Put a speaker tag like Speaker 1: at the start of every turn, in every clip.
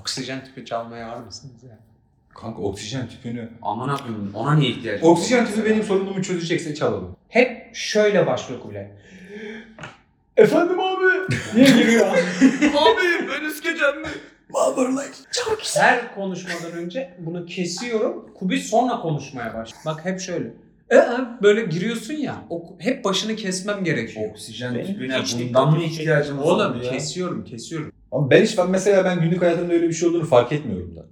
Speaker 1: Oksijen tüpü çalmaya var mısınız ya?
Speaker 2: Kanka oksijen tüpünü...
Speaker 3: Aman abim ona niye ihtiyacım var?
Speaker 2: Oksijen tüpü benim sorunumu çözecekse çalalım.
Speaker 1: Hep şöyle başlıyor kule. Efendim abi diye giriyor.
Speaker 3: Abi ben üskeceğim mi?
Speaker 1: Her konuşmadan önce bunu kesiyorum. Kubi sonra konuşmaya başlıyor. Bak hep şöyle. Ee, böyle giriyorsun ya. O, hep başını kesmem gerekiyor.
Speaker 2: Oksijen
Speaker 3: Benim
Speaker 2: tüpüne
Speaker 3: hiç
Speaker 2: bundan
Speaker 3: dikkatim
Speaker 2: mı ihtiyacımız oldu
Speaker 1: Oğlum
Speaker 2: ya?
Speaker 1: kesiyorum kesiyorum.
Speaker 2: Ama ben hiç ben mesela ben günlük hayatımda öyle bir şey olduğunu fark etmiyorum da.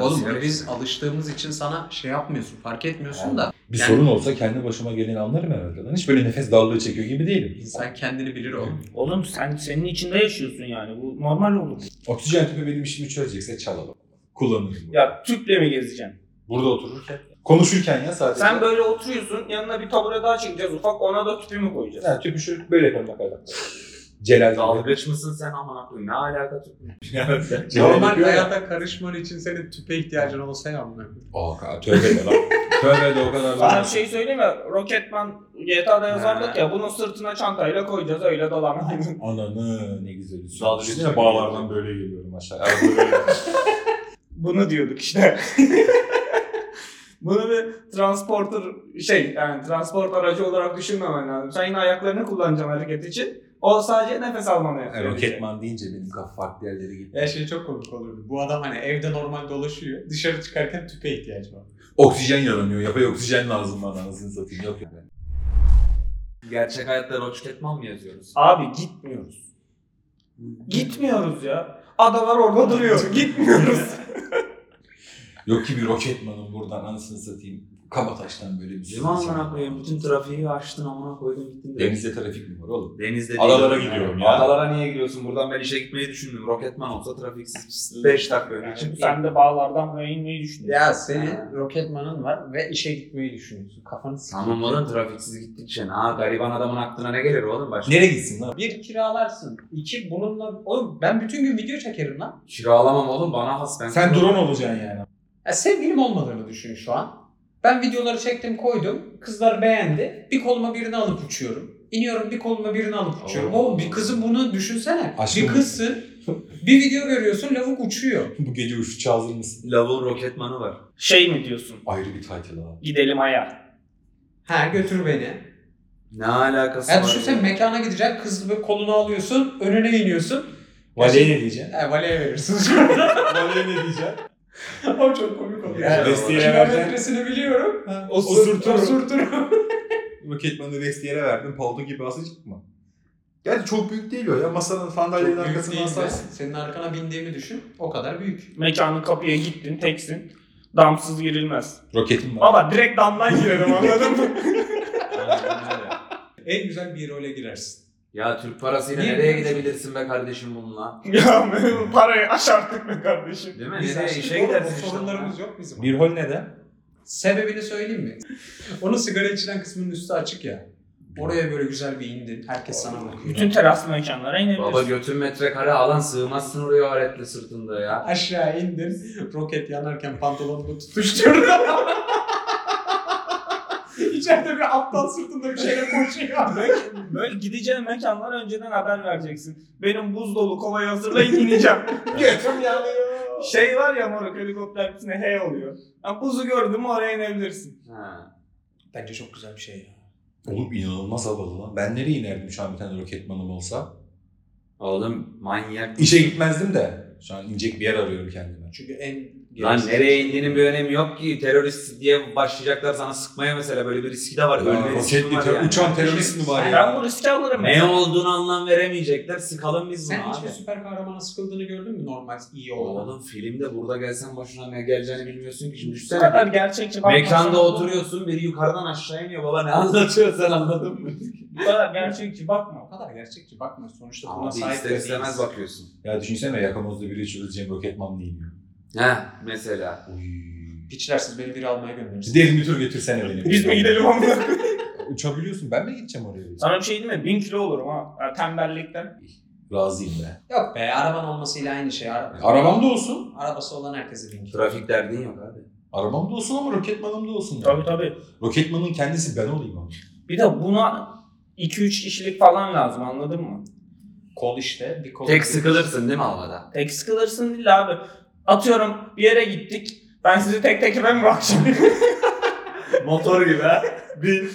Speaker 1: Oğlum biz alıştığımız için sana şey yapmıyorsun fark etmiyorsun da
Speaker 2: Bir
Speaker 1: Yani-
Speaker 2: sorun olsa kendi başıma geleni anlarım herhalde. Ben hiç böyle nefes darlığı çekiyor gibi değilim.
Speaker 1: insan kendini bilir oğlum.
Speaker 4: Oğlum sen senin içinde yaşıyorsun yani. Bu normal olur.
Speaker 2: Oksijen tüpü benim işimi çözecekse çalalım. Kullanırım.
Speaker 4: Ya tüple mi gezeceksin?
Speaker 2: Burada otururken. Konuşurken ya sadece.
Speaker 4: Sen böyle oturuyorsun. Yanına bir tabure daha çekeceğiz ufak. Ona da tüpü mü koyacağız?
Speaker 2: Ha, tüpü şu böyle yapalım bakalım. Celal gibi.
Speaker 3: Dalgıç mısın sen aman abim? Ne alaka tüpü?
Speaker 2: Celal
Speaker 1: Normal
Speaker 2: yapıyor ya.
Speaker 1: hayata karışman için senin tüpe ihtiyacın olsa ya anlarım.
Speaker 2: Aa ka- tövbe de lan. tövbe de o kadar
Speaker 4: Sana
Speaker 2: da.
Speaker 4: bir şey söyleyeyim mi? Rocketman GTA'da yazardık ya. Bunun sırtına çantayla koyacağız. Öyle dolan.
Speaker 2: Ananı ne güzel.
Speaker 3: Dalga
Speaker 2: Düşünsene
Speaker 3: geçiyor.
Speaker 2: bağlardan böyle geliyorum aşağı. Arada böyle.
Speaker 4: Bunu diyorduk işte. Bunu bir transporter şey yani transport aracı olarak düşünmemen lazım. Sen yine ayaklarını kullanacaksın hareket için. O sadece nefes almanı
Speaker 2: Ha,
Speaker 4: yapıyor.
Speaker 2: Roketman deyince benim kafa farklı yerlere gitti.
Speaker 1: Ya şey çok komik olurdu. Bu adam hani evde normal dolaşıyor. Dışarı çıkarken tüpe ihtiyacı var.
Speaker 2: Oksijen yaranıyor. Yapay oksijen lazım bana anasını satayım. Yok yani.
Speaker 3: Gerçek hayatta Rocketman mı yazıyoruz?
Speaker 4: Abi gitmiyoruz. Gitmiyoruz ya. Adalar orada duruyor. Gitmiyoruz.
Speaker 2: Yok ki bir Roketman'ın buradan anasını satayım. Kabataş'tan böyle bir şey.
Speaker 3: Değil mi aman koyayım? Bütün trafiği açtın amına koydun gittin de.
Speaker 2: Denizde trafik mi var oğlum?
Speaker 3: Denizde değil.
Speaker 2: Adalara gidiyorum ya.
Speaker 3: Adalara niye gidiyorsun? Buradan ben işe gitmeyi düşündüm. Roketman olsa trafiksiz 5 dakika önce
Speaker 4: Yani
Speaker 3: çıkıp
Speaker 4: sen de bağlardan böyle inmeyi düşünüyorsun.
Speaker 1: Ya senin roketmanın var ve işe gitmeyi düşünüyorsun. Kafanı s-
Speaker 3: Tamam oğlum trafiksiz gittikçe. Ha gariban adamın aklına ne gelir oğlum başka?
Speaker 2: Nereye gitsin lan?
Speaker 1: Bir kiralarsın. iki bununla... Oğlum ben bütün gün video çekerim lan.
Speaker 3: Kiralamam oğlum bana has. Ben
Speaker 2: Sen drone olacaksın yani.
Speaker 1: Ya sevgilim olmadığını düşün şu an. Ben videoları çektim koydum. Kızlar beğendi. Bir koluma birini alıp uçuyorum. İniyorum bir koluma birini alıp uçuyorum.
Speaker 2: Oo.
Speaker 1: Oğlum bir kızın bunu düşünsene.
Speaker 2: Aşkım.
Speaker 1: Bir kızsın. Bir video görüyorsun lavuk uçuyor.
Speaker 2: Bu gece uçuş hazır mısın?
Speaker 3: Lavul Roketman'ı var.
Speaker 4: Şey mi diyorsun?
Speaker 2: Ayrı bir title abi.
Speaker 4: Gidelim aya.
Speaker 1: Ha götür beni.
Speaker 3: Ne alakası
Speaker 1: Ya
Speaker 3: var?
Speaker 1: düşünsene mekana gidecek kız böyle kolunu alıyorsun önüne iniyorsun.
Speaker 2: Valeye ne diyeceksin?
Speaker 1: E, valeye verirsin.
Speaker 2: Valeye ne diyeceksin?
Speaker 1: o çok komik oluyor.
Speaker 3: Ya,
Speaker 2: Vestiyere vereceğim.
Speaker 1: Kilometresini biliyorum.
Speaker 2: Osurturum.
Speaker 1: Osurturum.
Speaker 2: Roketman'ı vestiyere verdim. Palto gibi asacak mı? Gerçi çok büyük değil o ya. Masanın sandalyenin
Speaker 1: Çok büyük
Speaker 2: arkasından
Speaker 1: değil de,
Speaker 2: asarsın.
Speaker 1: Senin arkana bindiğimi düşün. O kadar büyük.
Speaker 4: Mekanın kapıya gittin teksin. Damsız girilmez.
Speaker 2: Roketim var.
Speaker 4: Baba direkt damdan girerim anladın mı?
Speaker 3: Aynen öyle.
Speaker 1: En güzel bir role girersin.
Speaker 3: Ya Türk parasıyla
Speaker 1: Niye
Speaker 3: nereye
Speaker 1: biliyorsun?
Speaker 3: gidebilirsin be kardeşim bununla?
Speaker 4: ya parayı aç artık be kardeşim.
Speaker 3: Değil mi?
Speaker 1: Biz
Speaker 3: Nereye
Speaker 1: aşkız
Speaker 3: işe
Speaker 1: oğlum,
Speaker 3: gidersin işte.
Speaker 1: Sorunlarımız yok bizim.
Speaker 2: Bir hol neden?
Speaker 1: Sebebini söyleyeyim mi? Onun sigara içilen kısmının üstü açık ya. Oraya böyle güzel bir indin. Herkes sana bakıyor.
Speaker 4: Bütün teraslı mekanlara
Speaker 3: Baba
Speaker 4: inebilirsin.
Speaker 3: götün metrekare alan sığmazsın oraya aletle sırtında ya.
Speaker 1: Aşağı indin. Roket yanarken pantolonunu tutuşturdun. İçeride bir aptal sırtında bir şeyle koşuyor.
Speaker 4: Böyle- Böyle gideceğin mekanlara önceden haber vereceksin. Benim buz dolu kovayı hazırlayın ineceğim.
Speaker 1: Götüm yanıyor.
Speaker 4: şey var ya moruk helikopter hepsine hey oluyor. Ha, buzu gördün mü oraya inebilirsin.
Speaker 3: Ha.
Speaker 1: Bence çok güzel bir şey ya.
Speaker 2: Oğlum inanılmaz havalı lan. Ben nereye inerdim şu an bir tane Roketman'ım olsa?
Speaker 3: Oğlum manyak. şey.
Speaker 2: İşe gitmezdim de. Şu an inecek bir yer arıyorum kendime.
Speaker 1: Çünkü en...
Speaker 3: Lan nereye indiğinin bir önemi yok ki. Terörist diye başlayacaklar sana sıkmaya mesela. Böyle bir riski de var. Ölme riski
Speaker 2: Roketli
Speaker 3: var
Speaker 2: ter-
Speaker 3: yani.
Speaker 2: uçan terörist mi var
Speaker 4: Ben
Speaker 2: ya?
Speaker 4: bu riski alırım.
Speaker 3: Ne
Speaker 4: ya.
Speaker 3: olduğunu anlam veremeyecekler. Sıkalım biz
Speaker 1: Sen
Speaker 3: bunu
Speaker 1: hiç
Speaker 3: abi.
Speaker 1: bir süper kahramana sıkıldığını gördün mü normal iyi olan?
Speaker 3: Oğlum filmde burada gelsen başına ne geleceğini bilmiyorsun ki. Şimdi
Speaker 4: Bu kadar
Speaker 3: düşünsene.
Speaker 4: gerçekçi
Speaker 3: Mekanda
Speaker 4: bakmasan-
Speaker 3: oturuyorsun biri yukarıdan aşağı iniyor. Baba ne anlatıyor sen anladın mı?
Speaker 4: Bu kadar gerçekçi bakma.
Speaker 1: O kadar gerçekçi bakma sonuçta buna
Speaker 3: Ama bir
Speaker 1: sahip
Speaker 3: ister
Speaker 1: de
Speaker 3: istemez
Speaker 1: değiliz.
Speaker 3: bakıyorsun.
Speaker 2: Ya düşünsene yakamozda biri çözeceğim Roketman'la iniyor.
Speaker 3: Heh mesela.
Speaker 2: Uy.
Speaker 1: Piçler siz beni biri almaya gönderirsiniz.
Speaker 2: Derin bir tur götürsene beni.
Speaker 4: Biz mi gidelim onunla?
Speaker 2: Uçabiliyorsun. Ben mi gideceğim oraya?
Speaker 4: Sana bir şey diyeyim mi? Bin kilo olurum ha. ha tembellikten.
Speaker 2: Razıyım be.
Speaker 1: Yok be araban olmasıyla aynı şey. Ara-
Speaker 2: Arabam da olsun.
Speaker 1: Arabası olan herkese bin kilo.
Speaker 3: Trafik derdin yok abi.
Speaker 2: Arabam da olsun ama roketmanım da olsun.
Speaker 4: Tabii tabii.
Speaker 2: Roketmanın kendisi ben olayım ama.
Speaker 4: Bir de buna 2-3 kişilik falan lazım anladın mı?
Speaker 1: Kol işte. Bir kol.
Speaker 3: Tek sıkılırsın değil mi havada?
Speaker 4: Tek sıkılırsın değil abi. Atıyorum bir yere gittik. Ben sizi tek tekime mi bakacağım?
Speaker 3: Motor gibi ha.
Speaker 4: Bin.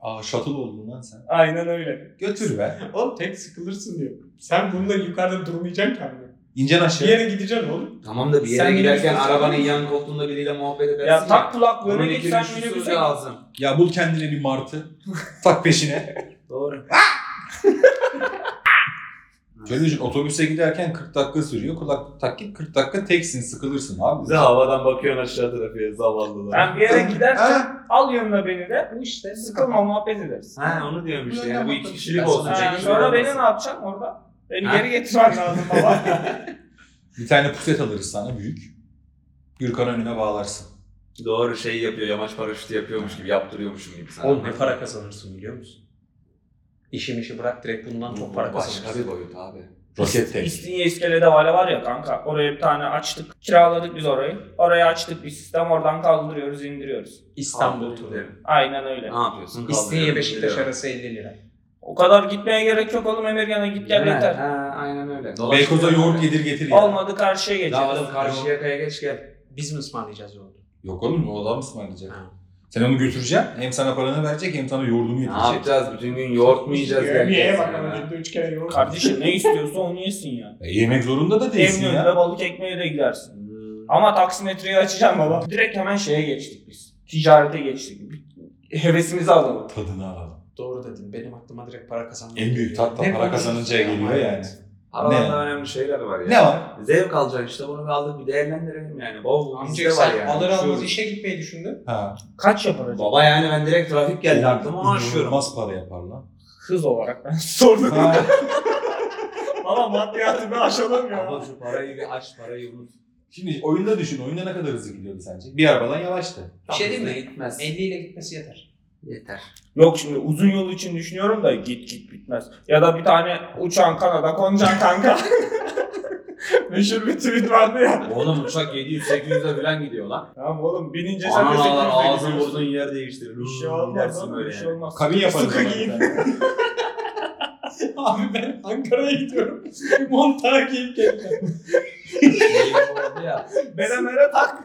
Speaker 2: Aa shuttle oldun lan sen.
Speaker 4: Aynen öyle.
Speaker 2: Götür be.
Speaker 5: Oğlum tek sıkılırsın diyor. Sen bununla yukarıda durmayacaksın kendini.
Speaker 2: İncen
Speaker 5: Bir
Speaker 2: aşağı.
Speaker 5: yere gideceksin oğlum.
Speaker 3: Tamam da bir yere
Speaker 5: Sen
Speaker 3: giderken
Speaker 5: minibüsün-
Speaker 3: arabanın yan koltuğunda biriyle muhabbet edersin
Speaker 4: Ya
Speaker 3: ya.
Speaker 4: tak kulaklığını
Speaker 3: Bunun
Speaker 4: git
Speaker 3: iki
Speaker 4: sen
Speaker 3: üçlüsü
Speaker 4: minibüse.
Speaker 3: lazım.
Speaker 2: Ya bul kendine bir martı. tak peşine.
Speaker 4: Doğru.
Speaker 2: Şöyle düşün otobüse giderken 40 dakika sürüyor. Kulak tak git 40 dakika teksin sıkılırsın abi.
Speaker 3: havadan bakıyorsun aşağı trafiğe zavallılar.
Speaker 4: Ben bir yere gidersen
Speaker 2: Ha?
Speaker 4: al yanına beni de.
Speaker 1: Bu işte.
Speaker 4: Sıkılma muhabbet ederiz.
Speaker 3: Ha onu diyormuş
Speaker 2: Ulan
Speaker 3: yani bu
Speaker 2: ne
Speaker 3: iki
Speaker 2: bakıyorsun?
Speaker 3: kişilik
Speaker 2: Ben
Speaker 3: olsun.
Speaker 2: sana-
Speaker 3: tek
Speaker 4: Ha,
Speaker 3: kişi
Speaker 4: sonra beni
Speaker 3: olmasın.
Speaker 4: ne yapacaksın orada? Beni
Speaker 3: Ha?
Speaker 4: geri getirmen lazım baba.
Speaker 2: Bir tane puset alırız sana büyük. Gürkan'ı önüne bağlarsın.
Speaker 3: Doğru şey yapıyor yamaç paraşütü yapıyormuş gibi yaptırıyormuşum gibi sana.
Speaker 1: Oğlum ne para kazanırsın biliyor musun? İşim işi bırak direkt bundan çok para
Speaker 3: Başka bir
Speaker 1: kazanırsın.
Speaker 3: boyut abi.
Speaker 2: Roket tek.
Speaker 4: İstinye iskelede vale var ya kanka. Oraya bir tane açtık. Kiraladık biz orayı. Oraya açtık bir sistem. Oradan kaldırıyoruz, indiriyoruz.
Speaker 1: İstanbul turu.
Speaker 4: Aynen öyle.
Speaker 3: Ne yapıyorsun?
Speaker 1: İstinye
Speaker 3: Kaldırıyorum,
Speaker 1: Beşiktaş
Speaker 3: gidiyorum.
Speaker 1: arası 50 lira.
Speaker 4: O kadar gitmeye gerek yok oğlum Emirgan'a git gel
Speaker 3: Değil mi?
Speaker 4: yeter.
Speaker 3: Ha, aynen öyle.
Speaker 2: Beykoz'a yoğurt yedir getir ya.
Speaker 4: Olmadı karşıya geçeriz.
Speaker 3: Davadan karşıya kaya geç gel.
Speaker 1: Biz mi ısmarlayacağız yolda?
Speaker 2: Yok oğlum o adam ısmarlayacak.
Speaker 1: Ha.
Speaker 2: Sen onu götüreceksin. Hem sana paranı verecek hem sana yoğurdunu
Speaker 3: Ne
Speaker 2: yedirecek.
Speaker 3: yapacağız? Bütün gün yoğurt mu yiyeceğiz?
Speaker 5: Yemeğe
Speaker 3: herkes
Speaker 5: bak
Speaker 3: ya?
Speaker 5: ama günde üç kere yoğurt.
Speaker 4: Kardeşim ne istiyorsa onu yesin ya.
Speaker 2: E, yemek zorunda da değilsin
Speaker 4: Eminönü'ne
Speaker 2: ya.
Speaker 4: balık ekmeğe de gidersin.
Speaker 3: Hmm.
Speaker 4: Ama taksimetreyi açacağım baba. Direkt hemen şeye geçtik biz. Ticarete geçtik. Bir- Hevesimizi alalım.
Speaker 2: Tadını alalım.
Speaker 1: Doğru dedin. Benim aklıma direkt para kazanmak
Speaker 2: En büyük
Speaker 1: geliyor.
Speaker 2: tat da
Speaker 1: Ne
Speaker 2: para
Speaker 1: konuşuyorsun
Speaker 2: kazanınca
Speaker 1: ya?
Speaker 2: geliyor yani.
Speaker 3: Aralarda
Speaker 2: Ne?
Speaker 3: önemli şeyler var ya.
Speaker 2: Ne var?
Speaker 3: Zevk alacaksın işte bunu bir aldık bir değerlendirelim yani. Baba bu
Speaker 1: Amca
Speaker 3: bizde var
Speaker 1: sen
Speaker 3: yani.
Speaker 1: alır
Speaker 3: Şu-
Speaker 1: almaz işe gitmeyi düşündün.
Speaker 2: Ha.
Speaker 4: Kaç yapar acaba?
Speaker 3: Baba yani ben direkt trafik geldi aklıma onu aşıyorum.
Speaker 2: İnanılmaz para yapar lan.
Speaker 4: Hız olarak ben sordum.
Speaker 2: Ha.
Speaker 4: Baba maddiyatımı aşalım
Speaker 3: Baba şu parayı bir aç parayı unut.
Speaker 2: Şimdi oyunda düşün. Oyunda ne kadar hızlı gidiyordu sence? Bir arabadan yavaştı.
Speaker 1: Bir şey diyeyim mi?
Speaker 3: Gitmez.
Speaker 1: 50 ile gitmesi yeter.
Speaker 3: Yeter.
Speaker 4: Yok şimdi uzun yol için düşünüyorum da git git bitmez. Ya da bir tane uçan Kanada konacaksın kanka. Meşhur bir tweet vardı ya.
Speaker 3: Oğlum uçak 700-800'e falan gidiyor lan.
Speaker 4: Tamam oğlum binince sen de
Speaker 3: Anan ağlar
Speaker 4: sekizde
Speaker 3: ağzını
Speaker 4: gidiyorsun.
Speaker 3: vurdun yer değiştirir.
Speaker 4: Bir şey
Speaker 3: Hmm,
Speaker 4: olmaz
Speaker 3: dersin
Speaker 4: oğlum bir
Speaker 3: böyle
Speaker 4: şey
Speaker 3: yani.
Speaker 4: olmaz.
Speaker 2: Kabin yaparız.
Speaker 4: Sıkı
Speaker 2: ama bir
Speaker 4: giyin.
Speaker 2: tane.
Speaker 5: Abi ben Ankara'ya gidiyorum. Montağı giyip geleceğim.
Speaker 3: Şey oldu ya.
Speaker 4: Belemere tak.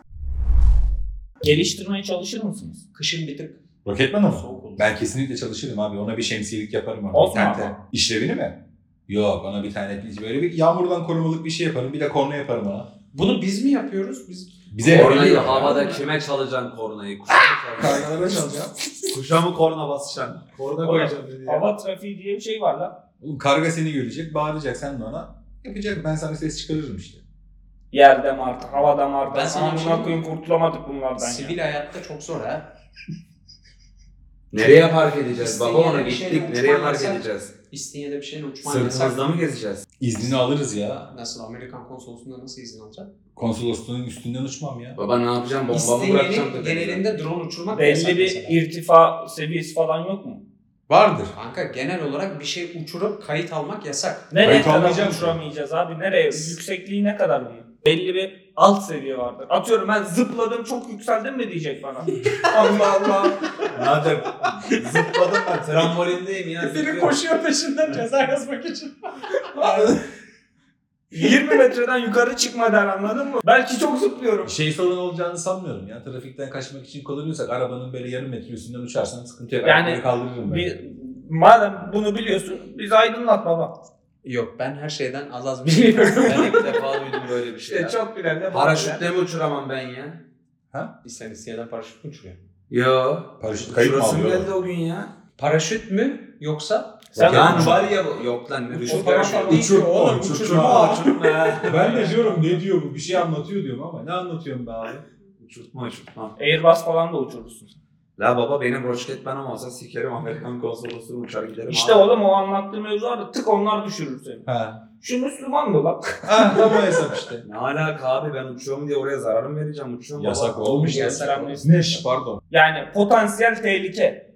Speaker 4: Geliştirmeye çalışır mısınız?
Speaker 1: Kışın bir tık
Speaker 2: Roketman mı?
Speaker 1: soğuk olur.
Speaker 2: Ben kesinlikle çalışırım abi. Ona bir şemsiyelik yaparım. Abi.
Speaker 4: Olsun
Speaker 2: Bir tane- İşlevini mi? Yok ona bir tane böyle bir yağmurdan korumalık bir şey yaparım. Bir de korna yaparım ona.
Speaker 1: Bunu biz mi yapıyoruz? Biz
Speaker 2: Bize
Speaker 3: Kornayı
Speaker 2: yarıyor.
Speaker 3: havada kime çalacaksın kornayı? Kuşa mı çalacaksın?
Speaker 2: Karnalara çalacağım.
Speaker 3: Kuşa mı korna basacaksın? Korna koyacaksın dedi ya.
Speaker 4: Hava trafiği diye bir şey var lan.
Speaker 2: Oğlum karga seni görecek. Bağıracak sen de ona. Yapacak. Ben sana ses çıkarırım işte.
Speaker 4: Yerde martı, havada martı.
Speaker 1: Ben sana bir şey
Speaker 4: Amına koyayım kurtulamadık bunlardan
Speaker 1: sivil
Speaker 4: ya.
Speaker 1: hayatta çok zor ha.
Speaker 3: Nereye park edeceğiz?
Speaker 1: İstediğin
Speaker 3: Baba ona
Speaker 1: yere bir şeyle
Speaker 3: gittik. Nereye park
Speaker 1: uçmanlasak-
Speaker 3: edeceğiz?
Speaker 1: İstinye'de bir şeyle uçman yasak.
Speaker 3: Sırtımızda mı gezeceğiz?
Speaker 2: İznini alırız ya.
Speaker 1: Nasıl Amerikan konsolosluğunda nasıl izin alacak?
Speaker 2: Konsolosluğunun üstünden uçmam ya.
Speaker 3: Baba ne yapacağım? Bomba mı bırakacağım?
Speaker 1: İstinye'nin
Speaker 3: tepemize?
Speaker 1: genelinde drone uçurmak yasak
Speaker 4: Belli bir
Speaker 1: mesela.
Speaker 4: irtifa seviyesi falan yok mu?
Speaker 2: Vardır.
Speaker 1: Kanka genel olarak bir şey uçurup kayıt almak yasak.
Speaker 4: Nereye
Speaker 2: Kayıt
Speaker 4: kadar
Speaker 2: almayacağım.
Speaker 4: uçuramayacağız abi? Nereye? Yüksekliği ne kadar bunun? Belli bir alt seviye vardır. Atıyorum ben zıpladım çok yükseldim mi diyecek bana. Allah Allah.
Speaker 3: Nadir zıpladım ben trambolindeyim ya.
Speaker 5: Biri
Speaker 3: zıplıyorum.
Speaker 5: koşuyor peşinden ceza yazmak için.
Speaker 4: 20 metreden yukarı çıkma der anladın mı? Belki çok zıplıyorum.
Speaker 2: Şey sorun olacağını sanmıyorum ya. Trafikten kaçmak için kullanıyorsak arabanın böyle yarım metre üstünden uçarsan sıkıntı yok.
Speaker 4: Yani
Speaker 2: Ayakları kaldırırım ben.
Speaker 4: Bir, madem bunu biliyorsun biz aydınlat baba.
Speaker 1: Yok ben her şeyden az az biliyorum.
Speaker 3: Ben ilk defa duydum böyle bir şey.
Speaker 4: İşte
Speaker 3: ya.
Speaker 4: çok bilen de
Speaker 3: Paraşütle mi uçuramam ben ya?
Speaker 1: Sen İstinye'den paraşüt mü uçuruyor?
Speaker 3: Yo.
Speaker 2: Paraşüt kayıp mı
Speaker 3: Şurasım
Speaker 2: alıyorlar?
Speaker 3: geldi o gün ya.
Speaker 1: Paraşüt mü yoksa?
Speaker 4: Sen
Speaker 3: yani var ya bu. Yok lan ne düşün.
Speaker 5: Uçur paraşüt değil ki
Speaker 2: Uçur,
Speaker 5: oğlum.
Speaker 2: uçur,
Speaker 5: Uçur.
Speaker 2: uçur.
Speaker 5: Aa.
Speaker 2: ben de diyorum ne diyor bu? Bir şey anlatıyor diyorum ama ne anlatıyorum be abi?
Speaker 3: Uçurtma uçurtma.
Speaker 4: Airbus falan da uçurursun.
Speaker 3: La baba benim roşket ben olmasa sikerim Amerikan konsolosluğunu uçar giderim.
Speaker 4: İşte
Speaker 3: abi.
Speaker 4: oğlum o anlattığım mevzu var ya, tık onlar düşürür seni.
Speaker 2: Ha.
Speaker 4: Şu Müslüman mı lan?
Speaker 2: Ha tam o hesap işte.
Speaker 3: Ne alaka abi ben uçuyorum diye oraya zarar mı vereceğim uçuyorum
Speaker 2: Yasak
Speaker 3: baba.
Speaker 2: olmuş
Speaker 1: ya.
Speaker 2: Neş pardon.
Speaker 4: Yani potansiyel tehlike.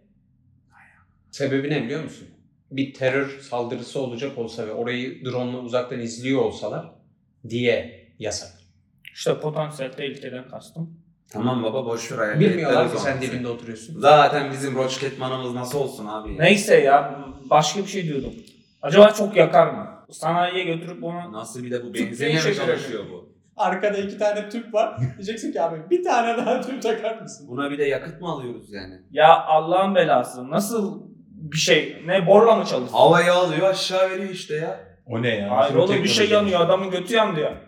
Speaker 1: Sebebi ne biliyor musun? Bir terör saldırısı olacak olsa ve orayı drone'la uzaktan izliyor olsalar diye yasak.
Speaker 4: İşte potansiyel tehlikeden kastım.
Speaker 3: Tamam baba boş ver hayal
Speaker 1: Bilmiyorlar
Speaker 3: etler
Speaker 1: ki
Speaker 3: o
Speaker 1: sen
Speaker 3: zaman.
Speaker 1: dibinde oturuyorsun.
Speaker 3: Zaten bizim roşket manamız nasıl olsun abi ya?
Speaker 4: Neyse ya başka bir şey diyordum. Acaba çok yakar mı? Sanayiye götürüp onu...
Speaker 3: Nasıl bir de bu
Speaker 4: Tık
Speaker 3: benzemeye mi
Speaker 4: diye şekere-
Speaker 3: çalışıyor bu?
Speaker 5: Arkada iki tane tüp var. Diyeceksin ki abi bir tane daha tüp takar mısın?
Speaker 3: Buna bir de yakıt mı alıyoruz yani?
Speaker 4: Ya Allah'ın belası nasıl bir şey? Ne borla mı çalışsın?
Speaker 3: Havayı alıyor aşağı veriyor işte ya.
Speaker 2: O ne ya?
Speaker 4: Hayır
Speaker 2: Bizim
Speaker 4: oğlum bir şey
Speaker 2: teknoloji.
Speaker 4: yanıyor adamın götü yandı ya.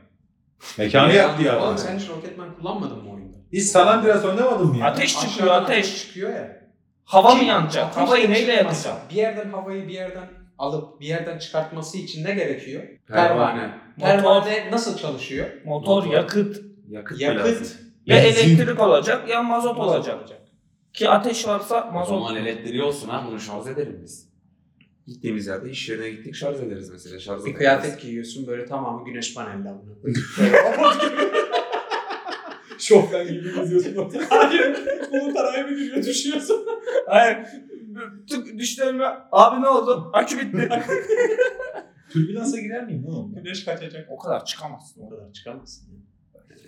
Speaker 2: Mekanı yaktı ya.
Speaker 1: Oğlum
Speaker 2: adam.
Speaker 1: sen hiç Rocketman kullanmadın mı oyunda?
Speaker 2: Biz San Andreas oynamadın mı ya?
Speaker 4: Ateş çıkıyor
Speaker 1: Aşağıdan
Speaker 4: ateş.
Speaker 1: çıkıyor ya.
Speaker 4: Hava mı
Speaker 1: Kim-
Speaker 4: yanacak?
Speaker 1: Ateş
Speaker 4: Havayı
Speaker 1: de
Speaker 4: neyle
Speaker 1: çıkmaz.
Speaker 4: yakacak?
Speaker 1: Bir yerden havayı bir yerden alıp bir yerden çıkartması için ne gerekiyor?
Speaker 3: Pervane.
Speaker 1: Pervane.
Speaker 4: Motor.
Speaker 1: Pervane nasıl çalışıyor?
Speaker 4: Motor,
Speaker 3: Motor.
Speaker 4: yakıt.
Speaker 3: Yakıt, mı lazım?
Speaker 1: Yakıt.
Speaker 4: Ya
Speaker 2: Benzin.
Speaker 4: elektrik olacak ya mazot
Speaker 1: Mazot
Speaker 4: olacak. Ki ateş varsa
Speaker 3: O
Speaker 4: mazot.
Speaker 3: zaman elektriği olsun ha bunu şarj edelim biz. Gittiğimiz yerde iş yerine gittik şarj ederiz mesela. Şarj
Speaker 1: Bir
Speaker 3: ederiz.
Speaker 1: kıyafet giyiyorsun böyle tamamı güneş panelli amına koyayım.
Speaker 2: Şofben gibi geziyorsun.
Speaker 5: Hayır. Bulut araya bir giriyor düşüyorsun.
Speaker 4: Hayır. Tık düşlerime. Abi ne oldu? Akü bitti.
Speaker 2: Türbülansa girer miyim oğlum?
Speaker 5: Güneş kaçacak.
Speaker 4: o kadar çıkamazsın.
Speaker 1: O kadar çıkamazsın.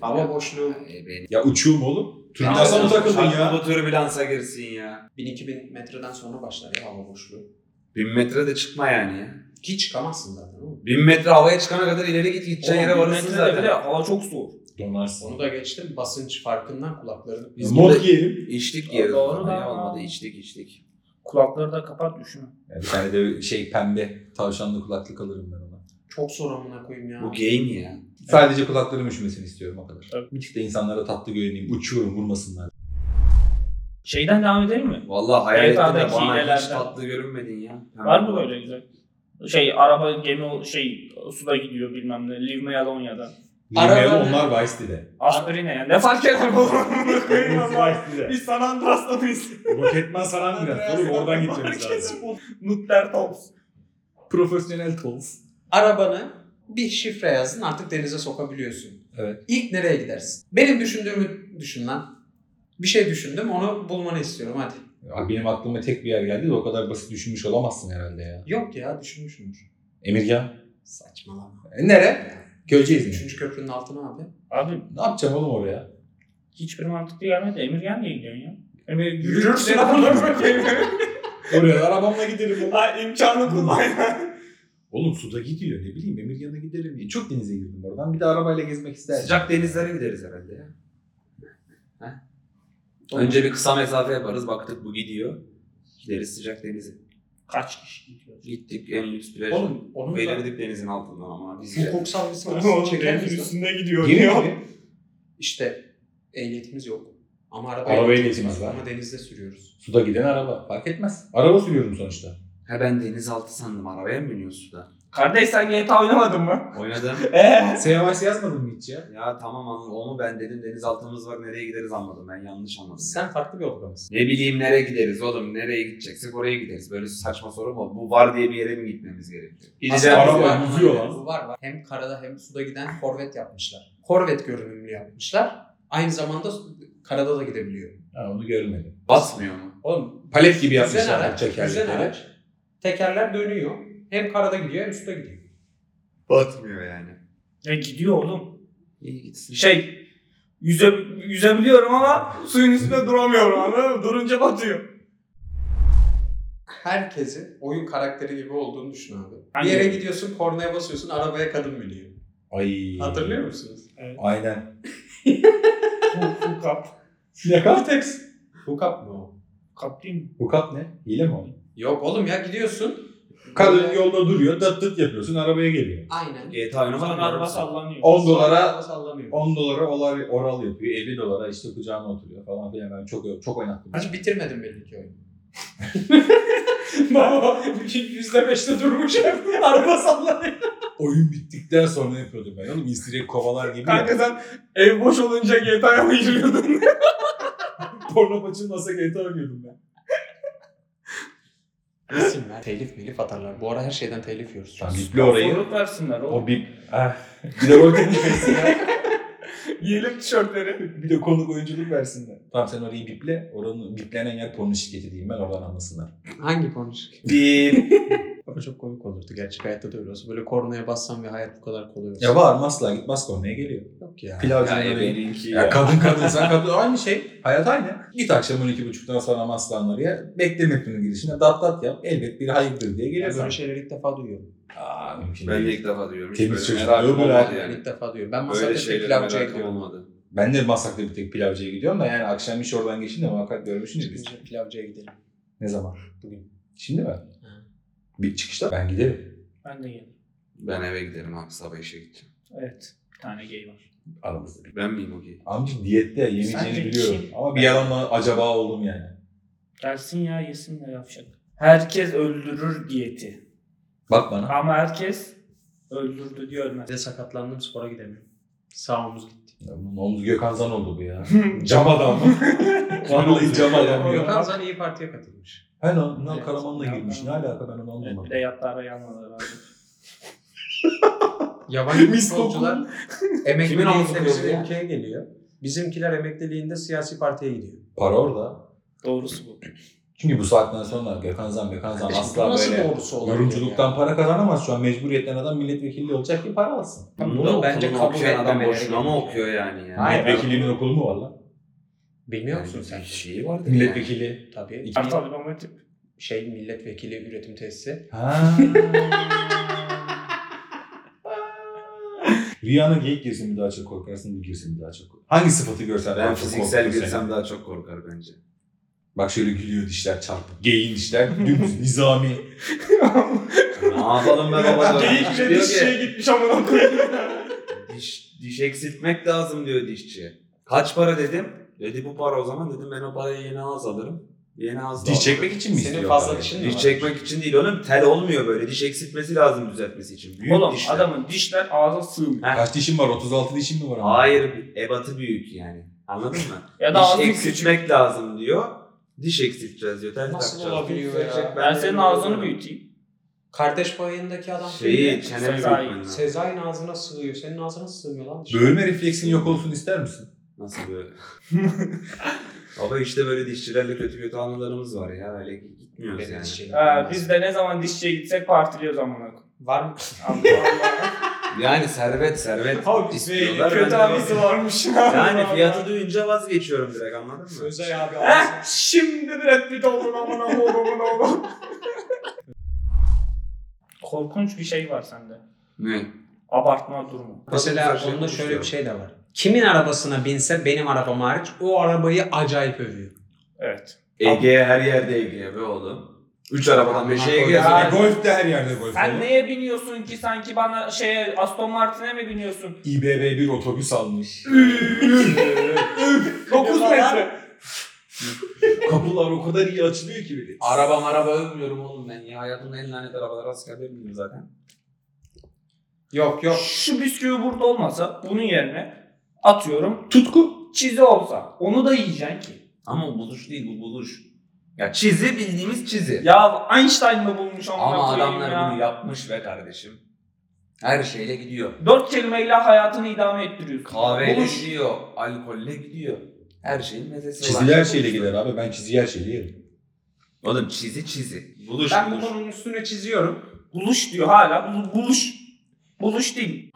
Speaker 1: Hava boşluğu
Speaker 3: E, benim.
Speaker 2: Ya uçuyorum oğlum. Türbülansa mı takıldın ya?
Speaker 3: Bu türbülansa girsin ya.
Speaker 1: 1000-2000 metreden sonra başlar ya hava boşluğu.
Speaker 3: Bin metre de çıkma yani ya.
Speaker 1: Ki çıkamazsın zaten oğlum.
Speaker 3: Bin metre havaya çıkana kadar ileri git gideceğin Şey, yere varırsın zaten.
Speaker 4: Bile, hava çok soğuk.
Speaker 2: Donarsın.
Speaker 1: Onu da geçtim basınç farkından kulaklarını.
Speaker 3: Biz
Speaker 2: Mod
Speaker 3: burada-
Speaker 2: giyelim.
Speaker 3: İçtik yeriz.
Speaker 4: Doğru
Speaker 3: Doğru
Speaker 4: da.
Speaker 3: Olmadı içtik içtik.
Speaker 4: Kulakları da kapat düşünün.
Speaker 2: Yani bir tane de şey pembe tavşanlı kulaklık alırım ben ona.
Speaker 1: Çok zor amına koyayım ya.
Speaker 3: Bu game ya.
Speaker 2: Sadece kulaklarım üşümesini istiyorum o kadar.
Speaker 4: Evet.
Speaker 2: Bir tık da insanlara tatlı görüneyim. Uçuyorum vurmasınlar.
Speaker 4: Şeyden devam edelim mi?
Speaker 3: Vallahi hayal ettim de
Speaker 4: GTA'daki
Speaker 3: bana hiç
Speaker 4: hilelerden.
Speaker 3: tatlı görünmedin ya.
Speaker 4: Var mı böyle güzel? Şey araba gemi şey suda gidiyor bilmem ne. Leave me alone ya da.
Speaker 2: Nihayet
Speaker 1: Aralarını-
Speaker 2: onlar Vice'de.
Speaker 4: Aspirin ne ya? Ne fark eder bu?
Speaker 2: Vice'de.
Speaker 4: Biz San Andreas'ta mıyız?
Speaker 2: Roketman San
Speaker 4: Nutler Tops.
Speaker 2: Profesyonel tools.
Speaker 1: Arabanı bir şifre yazdın artık denize sokabiliyorsun.
Speaker 2: Evet.
Speaker 1: İlk nereye gidersin? Benim düşündüğümü düşün lan. Bir şey düşündüm onu bulmanı istiyorum hadi.
Speaker 2: Abi benim aklıma tek bir yer geldi de o kadar basit düşünmüş olamazsın herhalde ya.
Speaker 1: Yok ya düşünmüşümdür.
Speaker 2: Emirgan.
Speaker 1: Saçmalama.
Speaker 2: E, nere? Göreceğiz mi?
Speaker 1: Üçüncü köprünün altına abi.
Speaker 4: Abi
Speaker 2: Ne yapacağım oğlum oraya?
Speaker 4: hiçbir mantıklı gelmedi. Emirgen niye gidiyorsun ya?
Speaker 5: Yani
Speaker 1: Yürürsün
Speaker 2: Oraya arabamla giderim.
Speaker 5: Ha imkanı kullan ya.
Speaker 2: Oğlum suda gidiyor ne bileyim Emirgan'a giderim diye. Çok denize girdim oradan. Bir de arabayla gezmek isterdim.
Speaker 3: Sıcak denizlere gideriz herhalde ya. Heh. Önce bir kısa mesafe yaparız. Baktık bu gidiyor. Gideriz sıcak denize.
Speaker 4: Kaç kişi gidiyor?
Speaker 3: Gittik en lüks plaja.
Speaker 1: Oğlum onun da
Speaker 3: Belirdik denizin altından ama biz de.
Speaker 1: hukuksal bir
Speaker 5: Oğlum
Speaker 1: sıkıntısını çeker
Speaker 5: denizin
Speaker 1: miyiz lan?
Speaker 5: üstünde gidiyor.
Speaker 2: Girmiyor
Speaker 5: diyor.
Speaker 2: mu?
Speaker 1: İşte ehliyetimiz yok. Ama araba
Speaker 2: Araba
Speaker 1: ehliyetimiz
Speaker 2: ehliyetimiz var.
Speaker 1: Ama denizde sürüyoruz.
Speaker 2: Suda giden araba. Fark etmez. Araba sürüyorum sonuçta.
Speaker 3: Ha ben denizaltı sandım. Arabaya mı biniyorsun suda?
Speaker 4: Kardeş sen GTA oynamadın mı?
Speaker 3: Oynadım.
Speaker 4: Eee?
Speaker 2: Sevamaç yazmadın mı hiç ya?
Speaker 3: ya tamam anladım. O mu ben dedim denizaltımız var nereye gideriz anladım. Ben yanlış anladım.
Speaker 1: Sen farklı bir odadasın.
Speaker 3: Ne bileyim nereye gideriz oğlum nereye gideceksek oraya gideriz. Böyle saçma soru mu? Bu var diye bir yere mi gitmemiz gerekiyor? Gideceğim.
Speaker 2: araba
Speaker 3: Var.
Speaker 2: yüzüyor lan.
Speaker 1: Var var. Hem karada hem suda giden korvet yapmışlar. Korvet görünümlü yapmışlar. Aynı zamanda karada da gidebiliyor.
Speaker 2: Ha, onu görmedim.
Speaker 3: Basmıyor mu?
Speaker 1: Oğlum
Speaker 2: Palet gibi
Speaker 1: güzel
Speaker 2: yapmışlar
Speaker 1: araç, güzel
Speaker 2: çekerlekleri.
Speaker 1: araç. Tekerler dönüyor. Hem karada gidiyor hem suda gidiyor.
Speaker 3: Batmıyor yani.
Speaker 4: Ya gidiyor oğlum.
Speaker 3: İyi gitsin.
Speaker 4: Şey yüze, yüzebiliyorum ama suyun üstünde duramıyorum anladın mı? Durunca batıyor.
Speaker 1: Herkesin oyun karakteri gibi olduğunu düşün abi.
Speaker 4: Hangi?
Speaker 1: Bir yere gidiyorsun, kornaya basıyorsun, arabaya kadın biniyor.
Speaker 2: Ay.
Speaker 1: Hatırlıyor musunuz?
Speaker 2: Aynen.
Speaker 4: Bu kap.
Speaker 2: Yakan?
Speaker 1: Cortex. Hookup mı o?
Speaker 4: Kap değil mi?
Speaker 2: Hukat ne? Hile mi o?
Speaker 1: Yok oğlum ya gidiyorsun.
Speaker 2: Kadın
Speaker 1: Böyle-
Speaker 2: yolda duruyor, dıt dıt yapıyorsun, arabaya geliyor.
Speaker 1: Aynen.
Speaker 3: GTA oyunu var
Speaker 4: Sonra
Speaker 3: mı?
Speaker 4: araba sallanıyor.
Speaker 2: 10 dolara
Speaker 1: Araba sallanıyor.
Speaker 2: 10 dolara oral, oral yapıyor, 50 dolara işte kucağına oturuyor falan filan. Ben çok çok oynattım.
Speaker 1: Hacı bitirmedim belli ki oyunu.
Speaker 5: Baba yüzde beşte durmuş hep. Araba sallanıyor.
Speaker 2: Oyun bittikten sonra yapıyordum ben. Oğlum istirek kovalar gibi ya.
Speaker 4: Kanka sen ev boş olunca GTA'ya mı giriyordun?
Speaker 2: Porno maçın masa GTA oynuyordum ben.
Speaker 1: İsimler. telif milif atarlar. Bu ara her şeyden telif yiyoruz.
Speaker 2: Tamam, biple orayı.
Speaker 4: Zorluk versinler oğlum.
Speaker 2: O bir... Ah. Bir de rol teknik
Speaker 4: Yiyelim tişörtleri.
Speaker 2: bir de konuk oyunculuk versinler. Tamam sen orayı biple. Oranın biplenen yer porno şirketi diyeyim ben oradan anlasınlar.
Speaker 1: Hangi konuşuk?
Speaker 2: Bip.
Speaker 5: ama çok komik olurdu. Gerçek hayatta da öyle olsa. Böyle kornaya bassam ve hayat bu kadar kolay olsa.
Speaker 2: Ya var asla gitmaz konuya geliyor.
Speaker 5: Yok ya.
Speaker 2: Pilavcı
Speaker 3: Ya
Speaker 2: ya,
Speaker 3: ebeninki
Speaker 2: ya
Speaker 3: ya.
Speaker 2: kadın kadınsan kadın aynı şey. Hayat aynı. Git akşam 12.30'dan sonra Maslanları'ya bekle metrinin girişine dat dat yap. Elbet bir hayırdır diye
Speaker 5: Ben
Speaker 2: gelir sana.
Speaker 5: böyle şeyleri ilk defa duyuyorum.
Speaker 2: Aa mümkün
Speaker 3: Ben de
Speaker 2: değil.
Speaker 3: ilk defa duyuyorum. Hiç
Speaker 2: Temiz
Speaker 3: böyle
Speaker 2: çocuk
Speaker 3: merakım
Speaker 2: diyor,
Speaker 3: olmadı
Speaker 2: merak
Speaker 5: Ben
Speaker 3: yani.
Speaker 5: ilk defa duyuyorum. Ben masada
Speaker 3: Böyle
Speaker 5: tek
Speaker 3: şeylere
Speaker 5: pilavcıya
Speaker 3: merakım
Speaker 5: gidiyorum.
Speaker 3: olmadı.
Speaker 2: Ben de Maslak'ta bir tek pilavcıya gidiyorum da yani akşam iş oradan geçince muhakkak görmüşsünüz biz.
Speaker 5: Çıkınca pilavcıya gidelim.
Speaker 2: Ne zaman?
Speaker 5: Bugün.
Speaker 2: Şimdi mi? Bir çıkışta ben giderim.
Speaker 4: Ben de geldim.
Speaker 3: Ben eve giderim abi sabah işe gideceğim.
Speaker 4: Evet. Bir tane gay var.
Speaker 2: Aramızda bir.
Speaker 3: Ben miyim o gay?
Speaker 2: Amcim diyette yemeyeceğini
Speaker 4: Sen de
Speaker 2: biliyorum.
Speaker 4: kim?
Speaker 2: Ama bir yalanla acaba oldum yani.
Speaker 4: Gelsin ya yesin de yapacak. Herkes öldürür diyeti.
Speaker 2: Bak bana.
Speaker 4: Ama herkes öldürdü diye ölmez.
Speaker 5: Bir de sakatlandım spora gidemiyorum. Sağ omuz gitti.
Speaker 2: Ya Bunun omuz Gökhan Zan oldu bu ya. cam adam. Vallahi cam adam. ya.
Speaker 1: Gökhan Zan iyi Parti'ye katılmış.
Speaker 2: He lan, lan
Speaker 4: Evet.
Speaker 2: Karaman'la girmiş. Ne alaka ben onu
Speaker 4: Evet,
Speaker 2: anlamadım.
Speaker 4: bir de yatlarda yanmaları lazım.
Speaker 1: Yabancı
Speaker 2: Mis
Speaker 1: futbolcular
Speaker 3: Kimin
Speaker 1: emekliliğinde
Speaker 3: omuzunu
Speaker 1: bizim
Speaker 3: kırıyor ya?
Speaker 1: ülkeye geliyor. Bizimkiler emekliliğinde siyasi partiye gidiyor.
Speaker 2: Para orada.
Speaker 4: Doğrusu bu.
Speaker 2: Çünkü bu saatten sonra Gökhan Zan, Gökhan Zan
Speaker 1: Kardeşim,
Speaker 2: asla
Speaker 1: bu nasıl
Speaker 2: böyle
Speaker 1: doğrusu olabilir
Speaker 2: yorumculuktan para kazanamaz. Şu an mecburiyetten adam milletvekili olacak ki para alsın.
Speaker 1: Bunu
Speaker 3: Bunu
Speaker 1: bence
Speaker 3: bence
Speaker 1: kabul
Speaker 3: okuyan adam
Speaker 1: etmemeleri
Speaker 3: boşuna mı
Speaker 1: gerekiyor.
Speaker 3: okuyor yani? yani?
Speaker 1: Hayır.
Speaker 2: Milletvekilinin okulu mu var lan?
Speaker 1: Bilmiyor musun sen?
Speaker 3: Şeyi var.
Speaker 2: Milletvekili.
Speaker 1: Tabii.
Speaker 2: İki-
Speaker 4: Kartal ama tip.
Speaker 1: Şey milletvekili üretim tesisi.
Speaker 2: Ha. Rihanna geyik girsin bir daha çok korkarsın, bu girsin bir daha çok korkarsın. Hangi sıfatı görsen
Speaker 3: Ben
Speaker 2: daha çok
Speaker 3: fiziksel
Speaker 2: korkuyorsun?
Speaker 3: girsem daha çok korkar bence.
Speaker 2: Bak şöyle gülüyor dişler çarpık. Geyin dişler dümdüz nizami.
Speaker 3: ne yapalım be baba?
Speaker 4: Geyik ve
Speaker 3: Diyor ki,
Speaker 4: dişçiye gitmiş amına koyayım.
Speaker 3: Diş, diş eksiltmek lazım diyor dişçi. Kaç para dedim? Dedi bu para o zaman dedim ben o parayı yeni ağız alırım. Yeni ağız da
Speaker 2: Diş
Speaker 3: alırım.
Speaker 2: çekmek için mi
Speaker 1: Senin
Speaker 2: istiyor?
Speaker 1: fazla
Speaker 2: parayı?
Speaker 1: dişin mi
Speaker 3: Diş çekmek için değil oğlum tel olmuyor böyle. Diş eksiltmesi lazım düzeltmesi için. Büyük
Speaker 4: Oğlum
Speaker 3: dişler.
Speaker 4: adamın dişler ağza sığmıyor.
Speaker 2: Kaç dişin var? 36 dişin mi var? ama?
Speaker 3: Hayır ebatı büyük yani. Anladın mı?
Speaker 4: Ya da
Speaker 3: diş
Speaker 4: ağzın küçük.
Speaker 3: eksiltmek lazım diyor. Diş eksilteceğiz diyor. Tel
Speaker 1: Nasıl
Speaker 3: takacağız.
Speaker 1: olabiliyor
Speaker 3: Diş
Speaker 1: ya?
Speaker 3: eksiltecek.
Speaker 4: Ben senin ağzını
Speaker 3: bilmiyorum.
Speaker 4: büyüteyim.
Speaker 1: Kardeş payındaki adam
Speaker 2: Şey,
Speaker 3: Şeyi
Speaker 1: değil mi?
Speaker 3: çenemi
Speaker 4: Sezai.
Speaker 3: büyütmen lazım.
Speaker 1: Sezai'nin ağzına sığıyor. Senin ağzına sığmıyor lan.
Speaker 2: Bölme refleksin yok olsun ister misin?
Speaker 3: Nasıl böyle? Baba işte böyle dişçilerle kötü kötü anılarımız var ya. Öyle gitmiyoruz yani.
Speaker 1: Şey.
Speaker 4: Ha, biz de ne zaman dişçiye gitsek partiliyoruz amına koyayım.
Speaker 1: Var mı?
Speaker 3: Yani servet servet istiyorlar.
Speaker 4: Kötü
Speaker 3: Ben de-
Speaker 4: abisi varmış.
Speaker 3: Yani fiyatı duyunca vazgeçiyorum direkt anladın mı?
Speaker 1: Sezai abi
Speaker 4: Heh, şimdi Brad Pitt oldun amına oğlumun oğlum. Korkunç bir şey var sende.
Speaker 3: Ne?
Speaker 4: Abartma durumu.
Speaker 1: Mesela
Speaker 3: Çok
Speaker 1: onda
Speaker 3: güzel şey
Speaker 1: şöyle bir şey de var. Kimin arabasına binse benim arabam hariç o arabayı acayip övüyor.
Speaker 4: Evet.
Speaker 3: Ege her yerde Ege be oğlum. Üç arabadan beşi Ege.
Speaker 4: Ya-
Speaker 2: Yani e, golf de her yerde golf.
Speaker 4: Sen neye biniyorsun ki sanki bana şeye Aston Martin'e mi biniyorsun?
Speaker 2: İBB bir otobüs almış.
Speaker 4: 9 metre.
Speaker 2: Kapılar o kadar iyi açılıyor ki böyle.
Speaker 3: Araba maraba övmüyorum oğlum ben ya. Hayatımda en lanet arabalara asker bindim zaten.
Speaker 1: Yok yok.
Speaker 4: Şu bisküvi burada olmasa bunun yerine atıyorum
Speaker 2: Tutku.
Speaker 4: çizi olsa onu da yiyeceksin ki.
Speaker 3: Ama o buluş değil bu buluş. Ya çizi bildiğimiz çizi.
Speaker 4: Ya Einstein mı bulmuş amına
Speaker 3: Ama
Speaker 4: koyayım
Speaker 3: adamlar
Speaker 4: ya?
Speaker 3: bunu yapmış ve kardeşim. Her şeyle gidiyor.
Speaker 4: Dört kelimeyle hayatını idame ettiriyorsun.
Speaker 3: Kahveyle
Speaker 4: Buluş.
Speaker 3: gidiyor, alkolle gidiyor. Her şeyin mezesi
Speaker 2: Çizili her şeyle gider abi. Ben çizili her şeyle yerim.
Speaker 3: Oğlum çizi çizi. Buluş
Speaker 1: Ben bu
Speaker 3: buluş.
Speaker 1: konunun üstüne çiziyorum.
Speaker 4: Buluş diyor hala. Bu- Buluş. Buluş değil.